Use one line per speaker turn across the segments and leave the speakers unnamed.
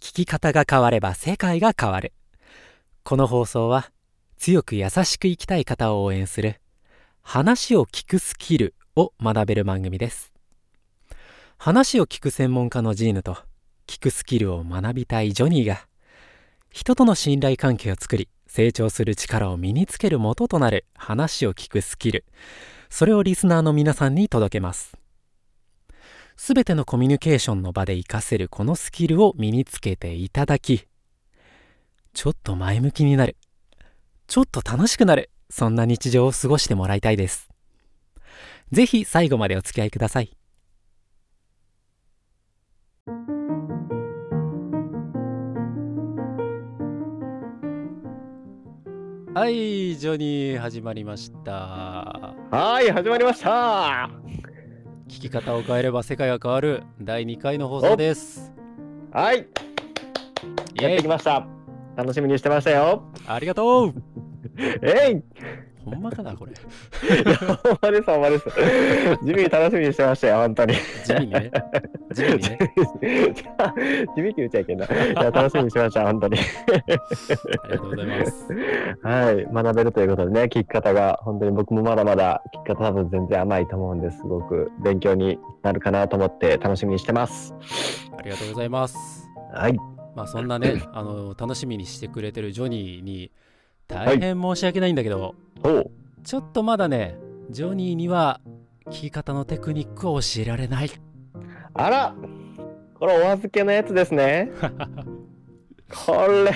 聞き方が変われば世界が変わる。この放送は強く優しく生きたい方を応援する話を聞くスキルを学べる番組です。話を聞く専門家のジーヌと聞くスキルを学びたいジョニーが人との信頼関係を作り成長する力を身につける元となる話を聞くスキルそれをリスナーの皆さんに届けますすべてのコミュニケーションの場で活かせるこのスキルを身につけていただきちょっと前向きになるちょっと楽しくなるそんな日常を過ごしてもらいたいですぜひ最後までお付き合いくださいはいジョニー始まりました
はーい、始まりました。
聞き方を変えれば世界が変わる第2回の放送です。
はい、
イ
やっ
エ
て
イ
きました。楽しみにしてましたよ。
ありがとう
えい、い
ほんまかなこれ。
やほんまです、ほんまです。地味に楽しみにしてましたよ、本当に。
地味にね。地味にね。
地味って言っちゃいけんな。いや、楽しみにしました、本当に。
ありがとうございます。
はい、学べるということでね、聞き方が、本当に僕もまだまだ聞き方多分全然甘いと思うんです。すごく勉強になるかなと思って楽しみにしてます。
ありがとうございます。
はい、
まあそんなね、あの楽しみにしてくれてるジョニーに大変申し訳ないんだけど、
ほう。
ちょっとまだね、ジョニーには聞き方のテクニックを教えられない。
あらこれお預けのやつですね。これ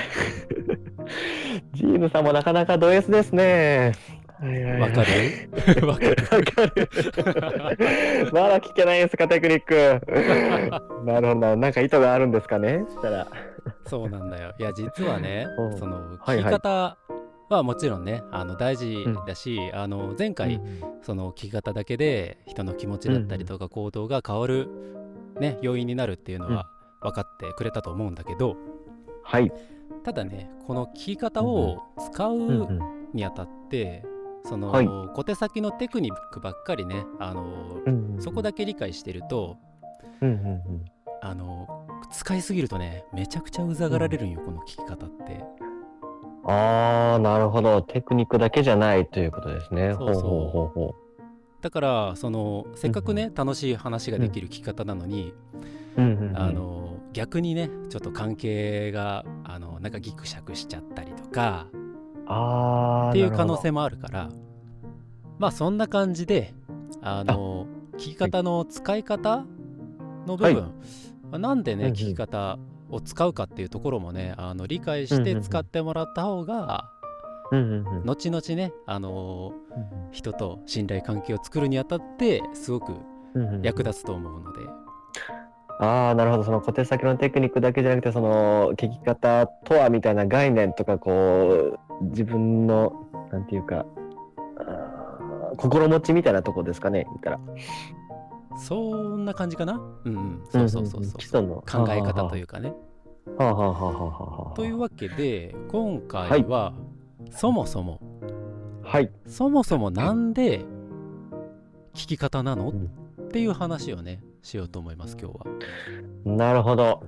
ジーヌさんもなかなかド S ですね。
わかる わかる。
わかる。まだ聞けないですか、テクニック。なるほどな。なんか意図があるんですかねしたら。
そうなんだよ。いや、実はね
う、ん
その
はい
聞き
はい
方はもちろんね、あの大事だし、あの前回、その聞き方だけで人の気持ちだったりとか行動が変わる、ね、要因になるっていうのは分かってくれたと思うんだけど
はい。
ただねこの聞き方を使うにあたってその、
はい
小手先のテクニックばっかりねあのそこ
だ。
だけ理解してると
うんうんうん
あの使いすぎるとねめちゃくちゃうざがられるんよこの聞き方って。
あー、なるほど。テクニックだけじゃないということですね。
そうそう
ほうほうほうほ
だからそのせっかくね楽しい話ができる聞き方なのに、
う。うんうんうん
あの逆にねちょっと関係があのなんかギクシャクしちゃったりとか
あー
っていう
な
可
るほど
能性もあるからまあそんな感じであの聞き方の使い方の部分、
はい
まあなんでね
うんう
聞き
ん
方を使うかっていうところもねあの理解
う
し
んうん
て
うん
使ってもらった方が
うんうんうん
後々ねあの人と信頼関係を作るにあたってすごく
うんうんうん
役立つと思うので、
ああ、なるほど。その小手先のテクニックだけじゃなくて、その聞き方とはみたいな概念とか、こう、自分の、なんていうか、あー心持ちみたいなとこですかね、言ったら。
そんな感じかなうんうんそうそうそうそう、
んんん基礎の。
考え方といううかね。
はあはあはあはあはあはあ
というわけで今回は、そもそも
はい。
そもそもなんで聞き方なの、
うん
っていう話をねしようと思います今日は。
なるほど。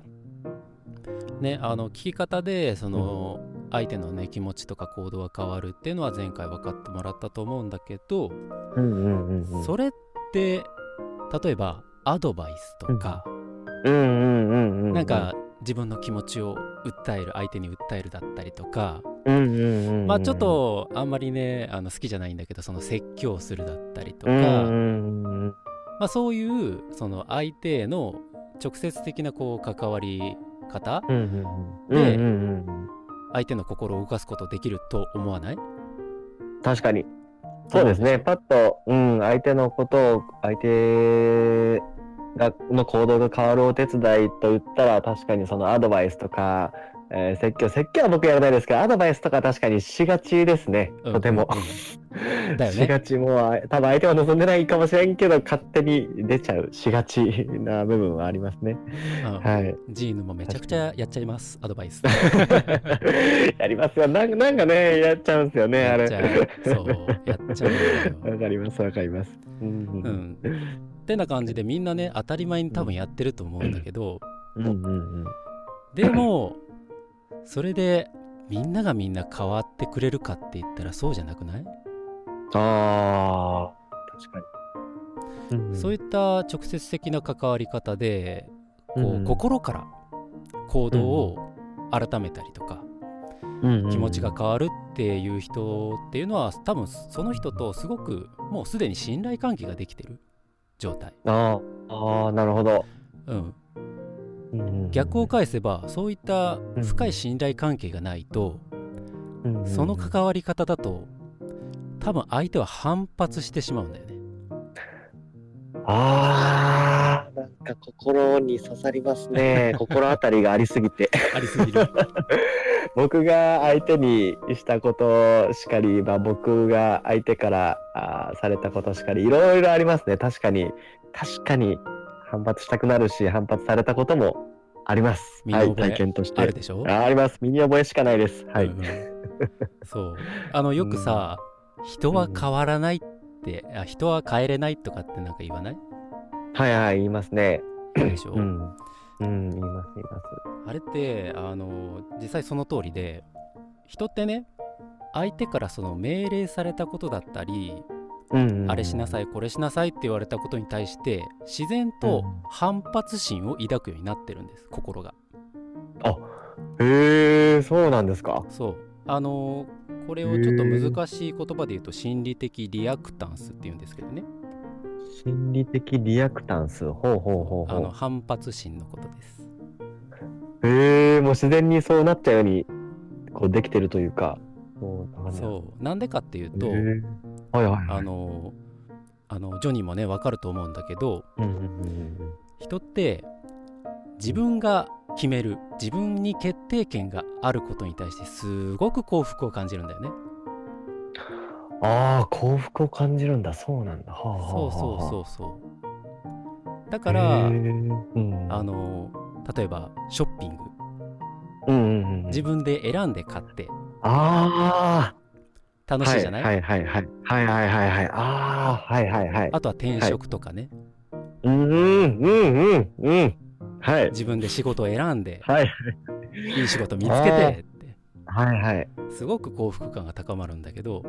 ねあの聞き方でその、相手のね気持ちとか行動が変わるっていうのは前回分かってもらったと思うんだけど、
うんうんうんうん。
それって例えばアドバイスとか、
うんうんうんうん。
なん、か自分の気持ちを訴える相手に訴えるだったりとか、
うんうんうんうん。
まあちょっ、とあんまりねあの好きじゃないんだけどその説教するだったりと
う
か、
んうんうんうん。
まあ、そういうその相手への直接的なこう関わり方
うんうんうん。うんうんうん
相手の心を動かすことできると思わない
うん。確かに。そうですね、パッと、うん、相手のことを、相手がの行動が変わるお手伝いと言ったら、確かにそのアドバイスとか、えー説教、説教は僕やらないですけど、アドバイスとか確かにしがちですね、
うん
とて
う
も。
んだよね
しがちもう、多分相手は望んでないかもしれんけど、勝手に出ちゃう、しがちな部分はありますね。
うん
はい。
ジーヌもめちゃくちゃやっちゃいますアドバイス
やりますよ。なんかなんかね、やっちゃうんです よね、
や
あれ。
っちゃうそうやっちゃうんだよ
わかります、わかります。うん
う。んってな感じでみんなね当たり前に多分やってると思うんだけど、
うんうんうん
でもそれでみんながみんな変わってくれるかって言ったらそうじゃなくない、
ああ、確かに。うん
そういった直接的な関わり方でこう、
うん
心から行動を改めたりとか、
うんうん
気持ちが変わるっていう人っていうのは多分その人とすごくもうすでに信頼関係ができてる状態、
あーあー、なるほど。
うん、
うんうん
逆を返せばそういった深い信頼関係がないと、
うんうん
その関わり方だと多分相手は反発してしまうんだよね
ああ、なんか心に刺さります ね。心当たりがありすぎて。
ありすぎる
僕が相手にしたことしかり、まあ、僕が相手からあーされたことしかりいろいろありますね確かに確かに反発したくなるし反発されたこともあります、
身に
は
覚え
い、体験とし て
あるでしょ
あーあります身に覚えしかないですはい、
うんうんそうあのよくさ、人は変わらないってあ人は変えれないとかってなんか言わない
はいはい言いますね
でしょ、
うん、うん、言います言います
あれってあの実際その通りで人ってね相手からその命令されたことだったり、
うんうんうん
あれしなさいこれしなさいって言われたことに対して自然と反発心を抱くようになってるんです心が。
へえそうなんですか
そうあのこれをちょっと難しい言葉で言うと心理的リアクタンスっていうんですけどね
心理的リアクタンスほうほうほう
あの
ほ
反発心のことです。
うへえもう自然にそうなっちゃうようにこうできてるというかそうたまには
そうなんでかっていうと
へーはいはいはい
あのあのジョニーもねわかると思うんだけど
うんうんうん
人って自分が決める自分に決定権があることに対してすごく幸福を感じるんだよね。
うんああ幸福を感じるんだそうなんだはあはあ
そうそう
う
そうそう。だから、
うん、
あの例えばショッピング
うんうんうん、
自分で選んで買って
ああ
楽しいじゃない、
はいはいはいはいはいはいはいああはいはいはい
あとは転職とかね、
うんうんうんうんはい
自分で仕事を選んで
はい
いい仕事見つけてって
はいはい
すごく幸福感が高まるんだけど、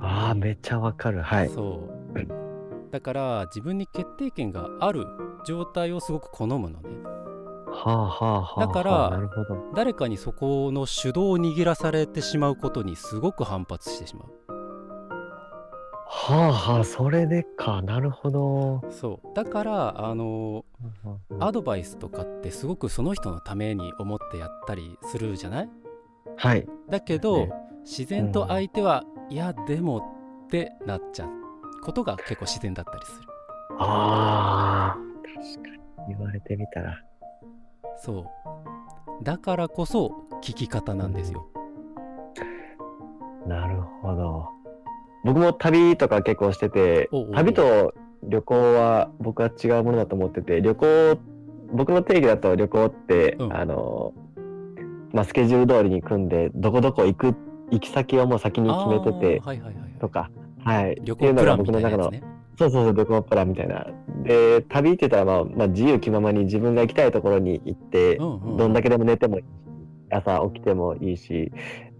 ああめっちゃわかるはい
そうだから自分に決定権がある状態をすごく好むのね
はあはあはあはあ
だから
なるほど
誰かにそこの主導を握らされてしまうことにすごく反発してしまう
はあはあそれでかなるほど
そうだからあのアドバイスとかってすごくその人のために思ってやったりするじゃない
はい
だけど、
ね
自然と相手は、いやでもってなっちゃうことが結構自然だったりする
ああ確かに言われてみたら
そうだからこそ聞き方なんですよ、
なるほど。僕も旅とか結構してて
おうおうおう、
旅と旅行は僕は違うものだと思ってて、旅行、僕の定義だと旅行って、
うん
あの、まあ、スケジュール通りに組んで、どこどこ行く、行き先をもう先に
あ
決め
ー
てて、
はいはいはい
とか、はい。
旅
ってい
行
うの
プラ
が
ンみた
僕の
いな
中
や
の
つね
そうそうそう、旅行プランみたいな。で、旅行ってたら、まあ、まあ、自由気ままに自分が行きたいところに行って、
うんうん
どんだけでも寝てもいいし、朝起きてもいいし、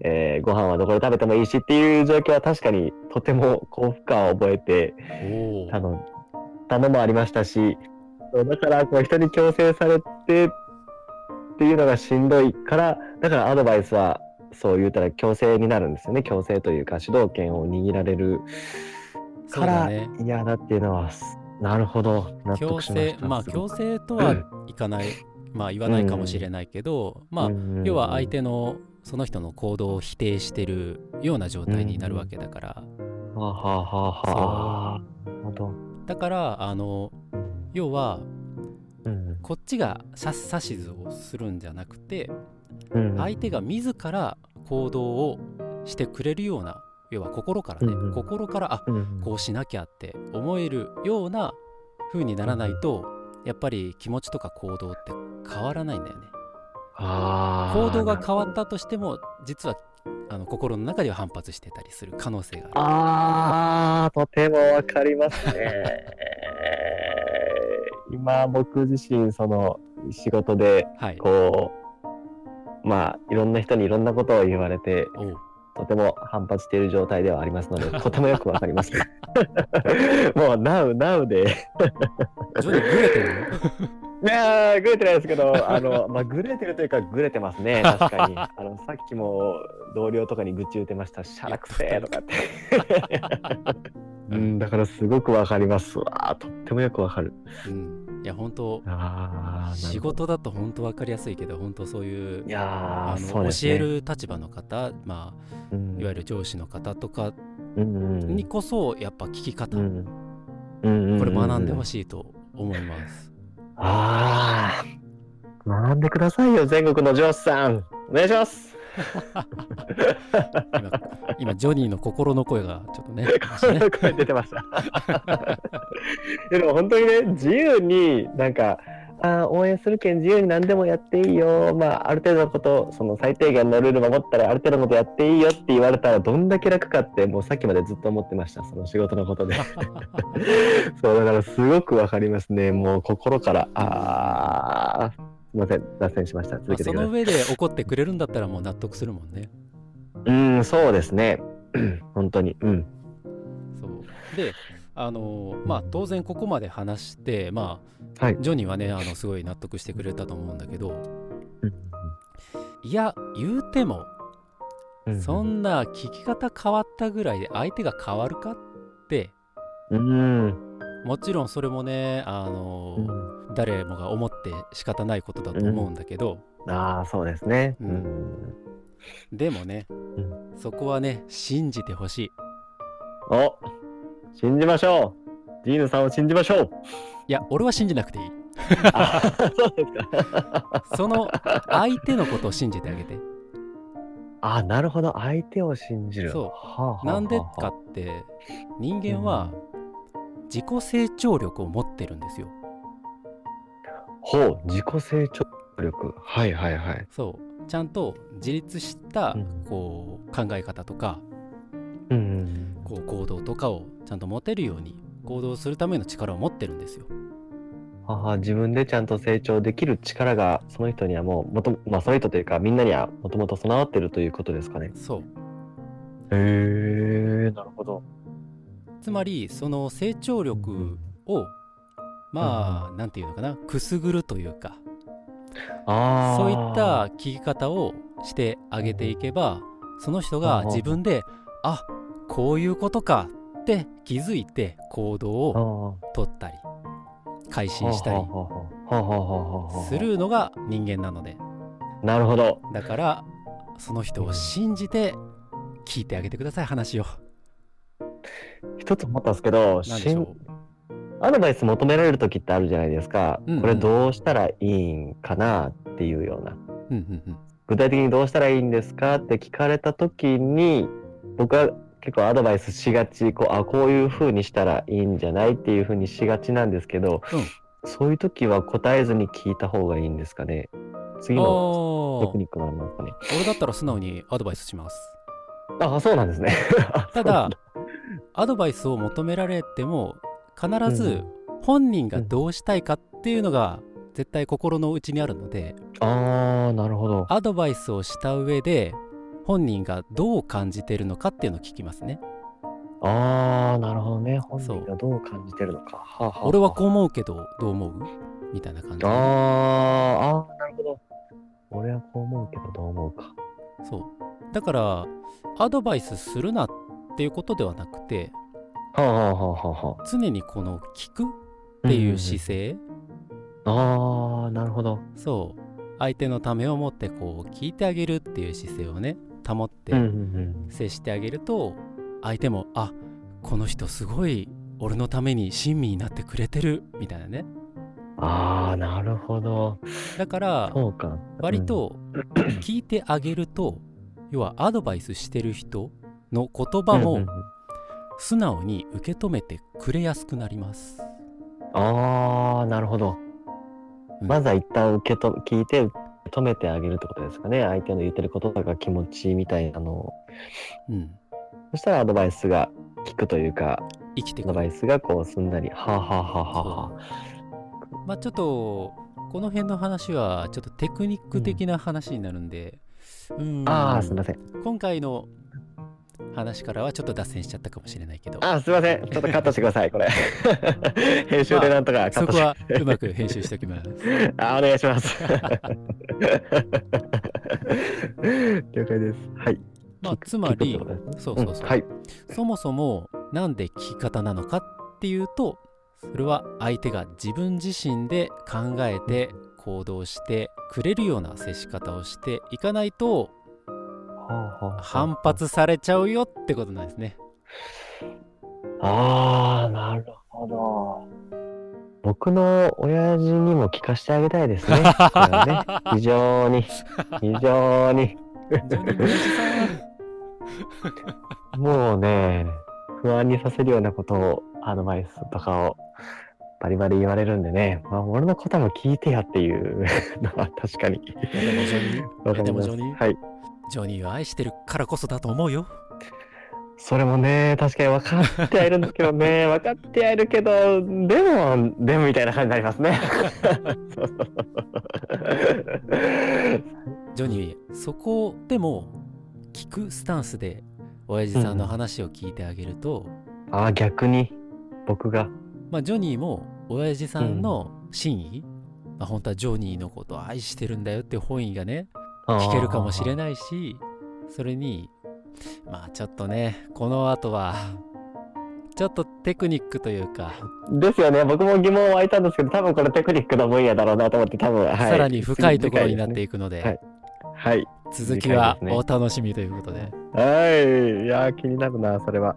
えーご飯はどこで食べてもいいしっていう状況は確かにとても幸福感を覚えて
お
た
ー
のたのもありましたし、そうだからこう人に強制されてっていうのがしんどいから、だからアドバイスはそう言うたら強制になるんですよね。強制というか主導権を握られる
そう
か
だ
ら
ね
嫌だっていうのは、なるほど。納
強
得しまし
制
た。
まあ
す
強
ごく
制とはいかないまあ言わないかもしれないけど、まあ要は相、手のその人の行動を否定してるような状態になるわけだから、
うんはあはあはあはあ。なるほど。
だからあの要は
うん
こっちが指図をするんじゃなくて
うん
相手が自ら行動をしてくれるような要は心からね、
うんうん
心からあ
うん
こうしなきゃって思えるような風にならないとやっぱり気持ちとか行動って変わらないんだよね。
あー
行動が変わったとしても実はあの心の中では反発してたりする可能性がある。
あーとてもわ かりますね。今僕自身その仕事で
はい。
こうまあいろんな人にいろんなことを言われて
おう
とても反発している状態ではあります のでとてもよくわかります もう Now Now で
徐々にグレてるの
いやーグレてないですけど あの、まあ、グレてるというかグレてますね確かにあのさっきも同僚とかに愚痴打てました「しゃらくせえ」とかって うんだからすごくわかりますわとってもよくわかる
うん。いや、本当
あーな
仕
るほ
事
ど
だと本当わかりやすいけど、本当そういう
い。
あ
やーそう
の
です
教
ね
える立場の方、まあ、
うん
いわゆる上司の方とか
うんうんうん
にこそやっぱ聞き方、
うんうんうん
これ学んでほ
しい。
しいと思います。
ああ、学んでくださいよ、全国の上司さん。お願いします。
今、今ジョニーの心の声がちょっと ね、
こんな声出てました。いやでも本当にね、自由になんか、あー応援するけん自由に何でもやっていいよ、まあ、ある程度のこと、その最低限のルール守ったら、ある程度のことやっていいよって言われたら、どんだけ楽かって、もうさっきまでずっと思ってました、その仕事のこ とで。そうだからすごくわかりますね。もう心から、ああ、すみません、脱線しました。
ま
続
あ
け
そ
てくだ
の
さい。
上で怒ってくれるんだったらもう納得するもんね。
うん、そうですね。 本当に。うん。
そうであのまあ当然ここまで話してまあ、
はい
ジョニーはねあのすごい納得してくれたと思うんだけどいや言うても
うん
そんな聞き方変わったぐらいで相手が変わるかって
うん。
もちろんそれもねあの、誰もが思って仕方ないことだと思うんだけど、
ああ、そうですね。
う
うんん。
でもね、
ん
そこはね信じてほしい
お信じましょうディーヌさんを信じま しょう
いや俺は信じなくていい
あーそうですか。
その相手のことを信じてあげて
あーなるほど。相手を信じる。
そう
はあはあはあ
なんでかって人間は自己成長力を持ってるんですよ
ほう、自己成長力。はいはいはい。
そうちゃんと自立した
うん
こう考え方とか
うん。
こう行動とかをちゃんと持てるように行動するための力を持ってるんですよ
ああ自分でちゃんと成長できる力がその人にはもうもと、まあ、その人というかみんなにはもともと備わってるということですかね。
そう
へえなるほど。
つまりその成長力をまあなんていうのかなくすぐるというか
ああ
そういった聞き方をしてあげていけばその人
あ
が
あ
自分であこういうことかって気づいて行動を取ったり改心したりするのが人間なので
なるほど。
だからその人を信じて聞いてあげてください話を
一つ思ったんですけ
何で
ど
し
し
ょ
ん
う
アドバイス求められる時ってあるじゃないですか、
うんうん
これどうしたらいいんかなっていうような
うんうんうん
具体的にどうしたらいいんですかって聞かれた時に僕は結構アドバイスしがちこうあこういうふうにしたらいいんじゃないっていうふうにしがちなんですけど、そういう時は答えずに聞いた方がいいんですかね次
あ
のテク
ー
ニックなんですかね
俺だったら素直にアドバイスします
あそうなんですねあ
ただアドバイスを求められても必
う
ず
ん
本人がどうしたいかっていうのが絶対心の内にあるので
そう なんだあーなるほど
アドバイスをした上で本人がどう感じてるのかっていうのを聞きますね。
ああなるほどね本
そう
人がどう感じてるのかはあはあはあ
俺はこう思うけどどう思うみたいな感じ
あー
でね
あーなるほど俺はこう思うけどどう思うか
そうだからアドバイスするなっていうことではなくて
はあはあはあはあはあ
常にこの聞くっていう姿勢、
ああなるほど
そう相手のためを持ってこう聞いてあげるっていう姿勢をね保って
うんうん
接してあげると相手もあこの人すごい俺のために親身になってくれてるみたいなね
うん、ああなるほど
だから
そうか
割と聞いてあげると要はアドバイスしてる人の言葉
うんう
も
んうん
素直に受け止めてくれやすくなります。
ああなるほど、
うん
まずは一旦受けと聞いて受け止めてあげるってことですかね相手の言ってることとか気持ちみたいなのを
うん、
そしたらアドバイスが聞くというか
生きて
ア
く
ドバ
る
イスがこうすんなりはあはあはあはあはあ
まあちょっとこの辺の話はちょっとテクニック的な話になるんで、うん、
ああ、すみません。
今回の話からはちょっと脱線しちゃったかもしれないけど、
ああ、すみません。ちょっとカットしてください、 これ。編集でなんとかカッ
そ
ト
こ
して。
はうまく編集しておき ます。
あ、お願いします。了解です。はい。
まあ
聞く
つまり
聞くってことです
そうそうそう、
んはい。
そもそもなんで聞き方なのかっていうとそれは相手が自分自身で考えて行動してくれるような接し方をしていかないと反発されちゃうよってことなんですね。
ああ、なるほど。僕の親父にも聞かせてあげたいですね。これはね 非常に、非常に、
ジョニー宮地さ
もうね、不安にさせるようなことを、アドバイスとかをバリバリ言われるんでね、まあ、俺のことも聞いてやっていう のは確かに。
んでもジョニー
わか
で
り
も
ます
ジョニー
はい。
ジョニーを愛してるからこそだと思うよ。
それもね、確かに分かってはいるんですけ どね、分かってはいるけど、でも、でもみたいな感じにな りますね。 そうそうそう
ジョニーそこでも聞くスタンスで親父さんの話を聞いてあげると、
ああ、逆に、僕が。
まあ、ジョニーも親父さんの真意、まあ、本当はジョニーのことを愛してるんだよっていう本意がね聞けるかもしれ
い。
ないしそれにまあちょっとねこの後はちょっとテクニックというか、
ですよね、僕も疑問湧いたんですけど、多分これテクニックの分野だろうなと思って、多分、はい、
さらに深いところになって
い
いくので
はいはい。
続きは
次回
お
で
楽しみということで。
はい。いやー、気になるな、それは。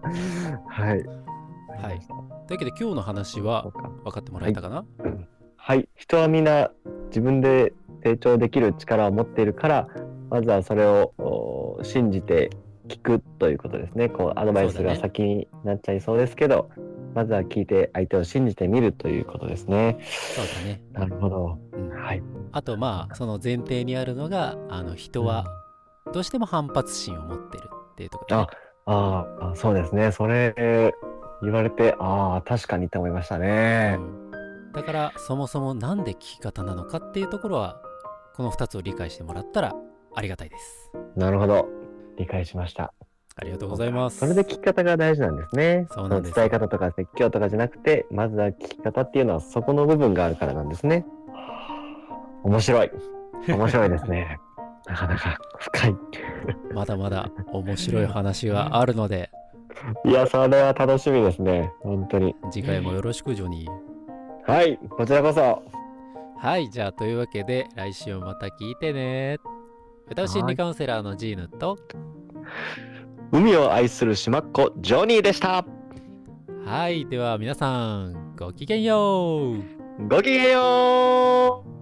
はい。
はいというわけで今日の話は
そうか
分かってもらえたかな、
はい、人はみんな自分で成長できる力を持っているからまずはそれをおー信じて聞くということですねこうアドバイス
そうだ
が
ね
先になっちゃいそうですけど、まずは聞いて相手を信じてみるということですね。
そうだね、
なるほど、
うん
はい、
あとまあその前提にあるのがあの人はどうしても反発心を持ってるっていうところ、ね、
あーあそうですねそれえー言われてああ確かにって思いましたね。
うんだからそもそもなんで聞き方なのかっていうところはこの2つを理解してもらったらありがたいです
なるほど理解しました。
ありがとうございます
それで聞き方が大事なんですね。
そうなんです
伝え方とか説教とかじゃなくて、まずは聞き方っていうのはそこの部分があるからなんですね。面白い。面白いです ね。なかなか深い。
まだまだ面白い話があるので
いや、それは楽しみですね。本当に。
次回もよろしくジョニー
はい、こちらこそ。
はいじゃあというわけで来週もまた聞いてね歌う心理カウンセラーのジーヌと
海を愛する島っ子、ジョニーでした。
はいでは皆さんごきげんよう
ごきげんよう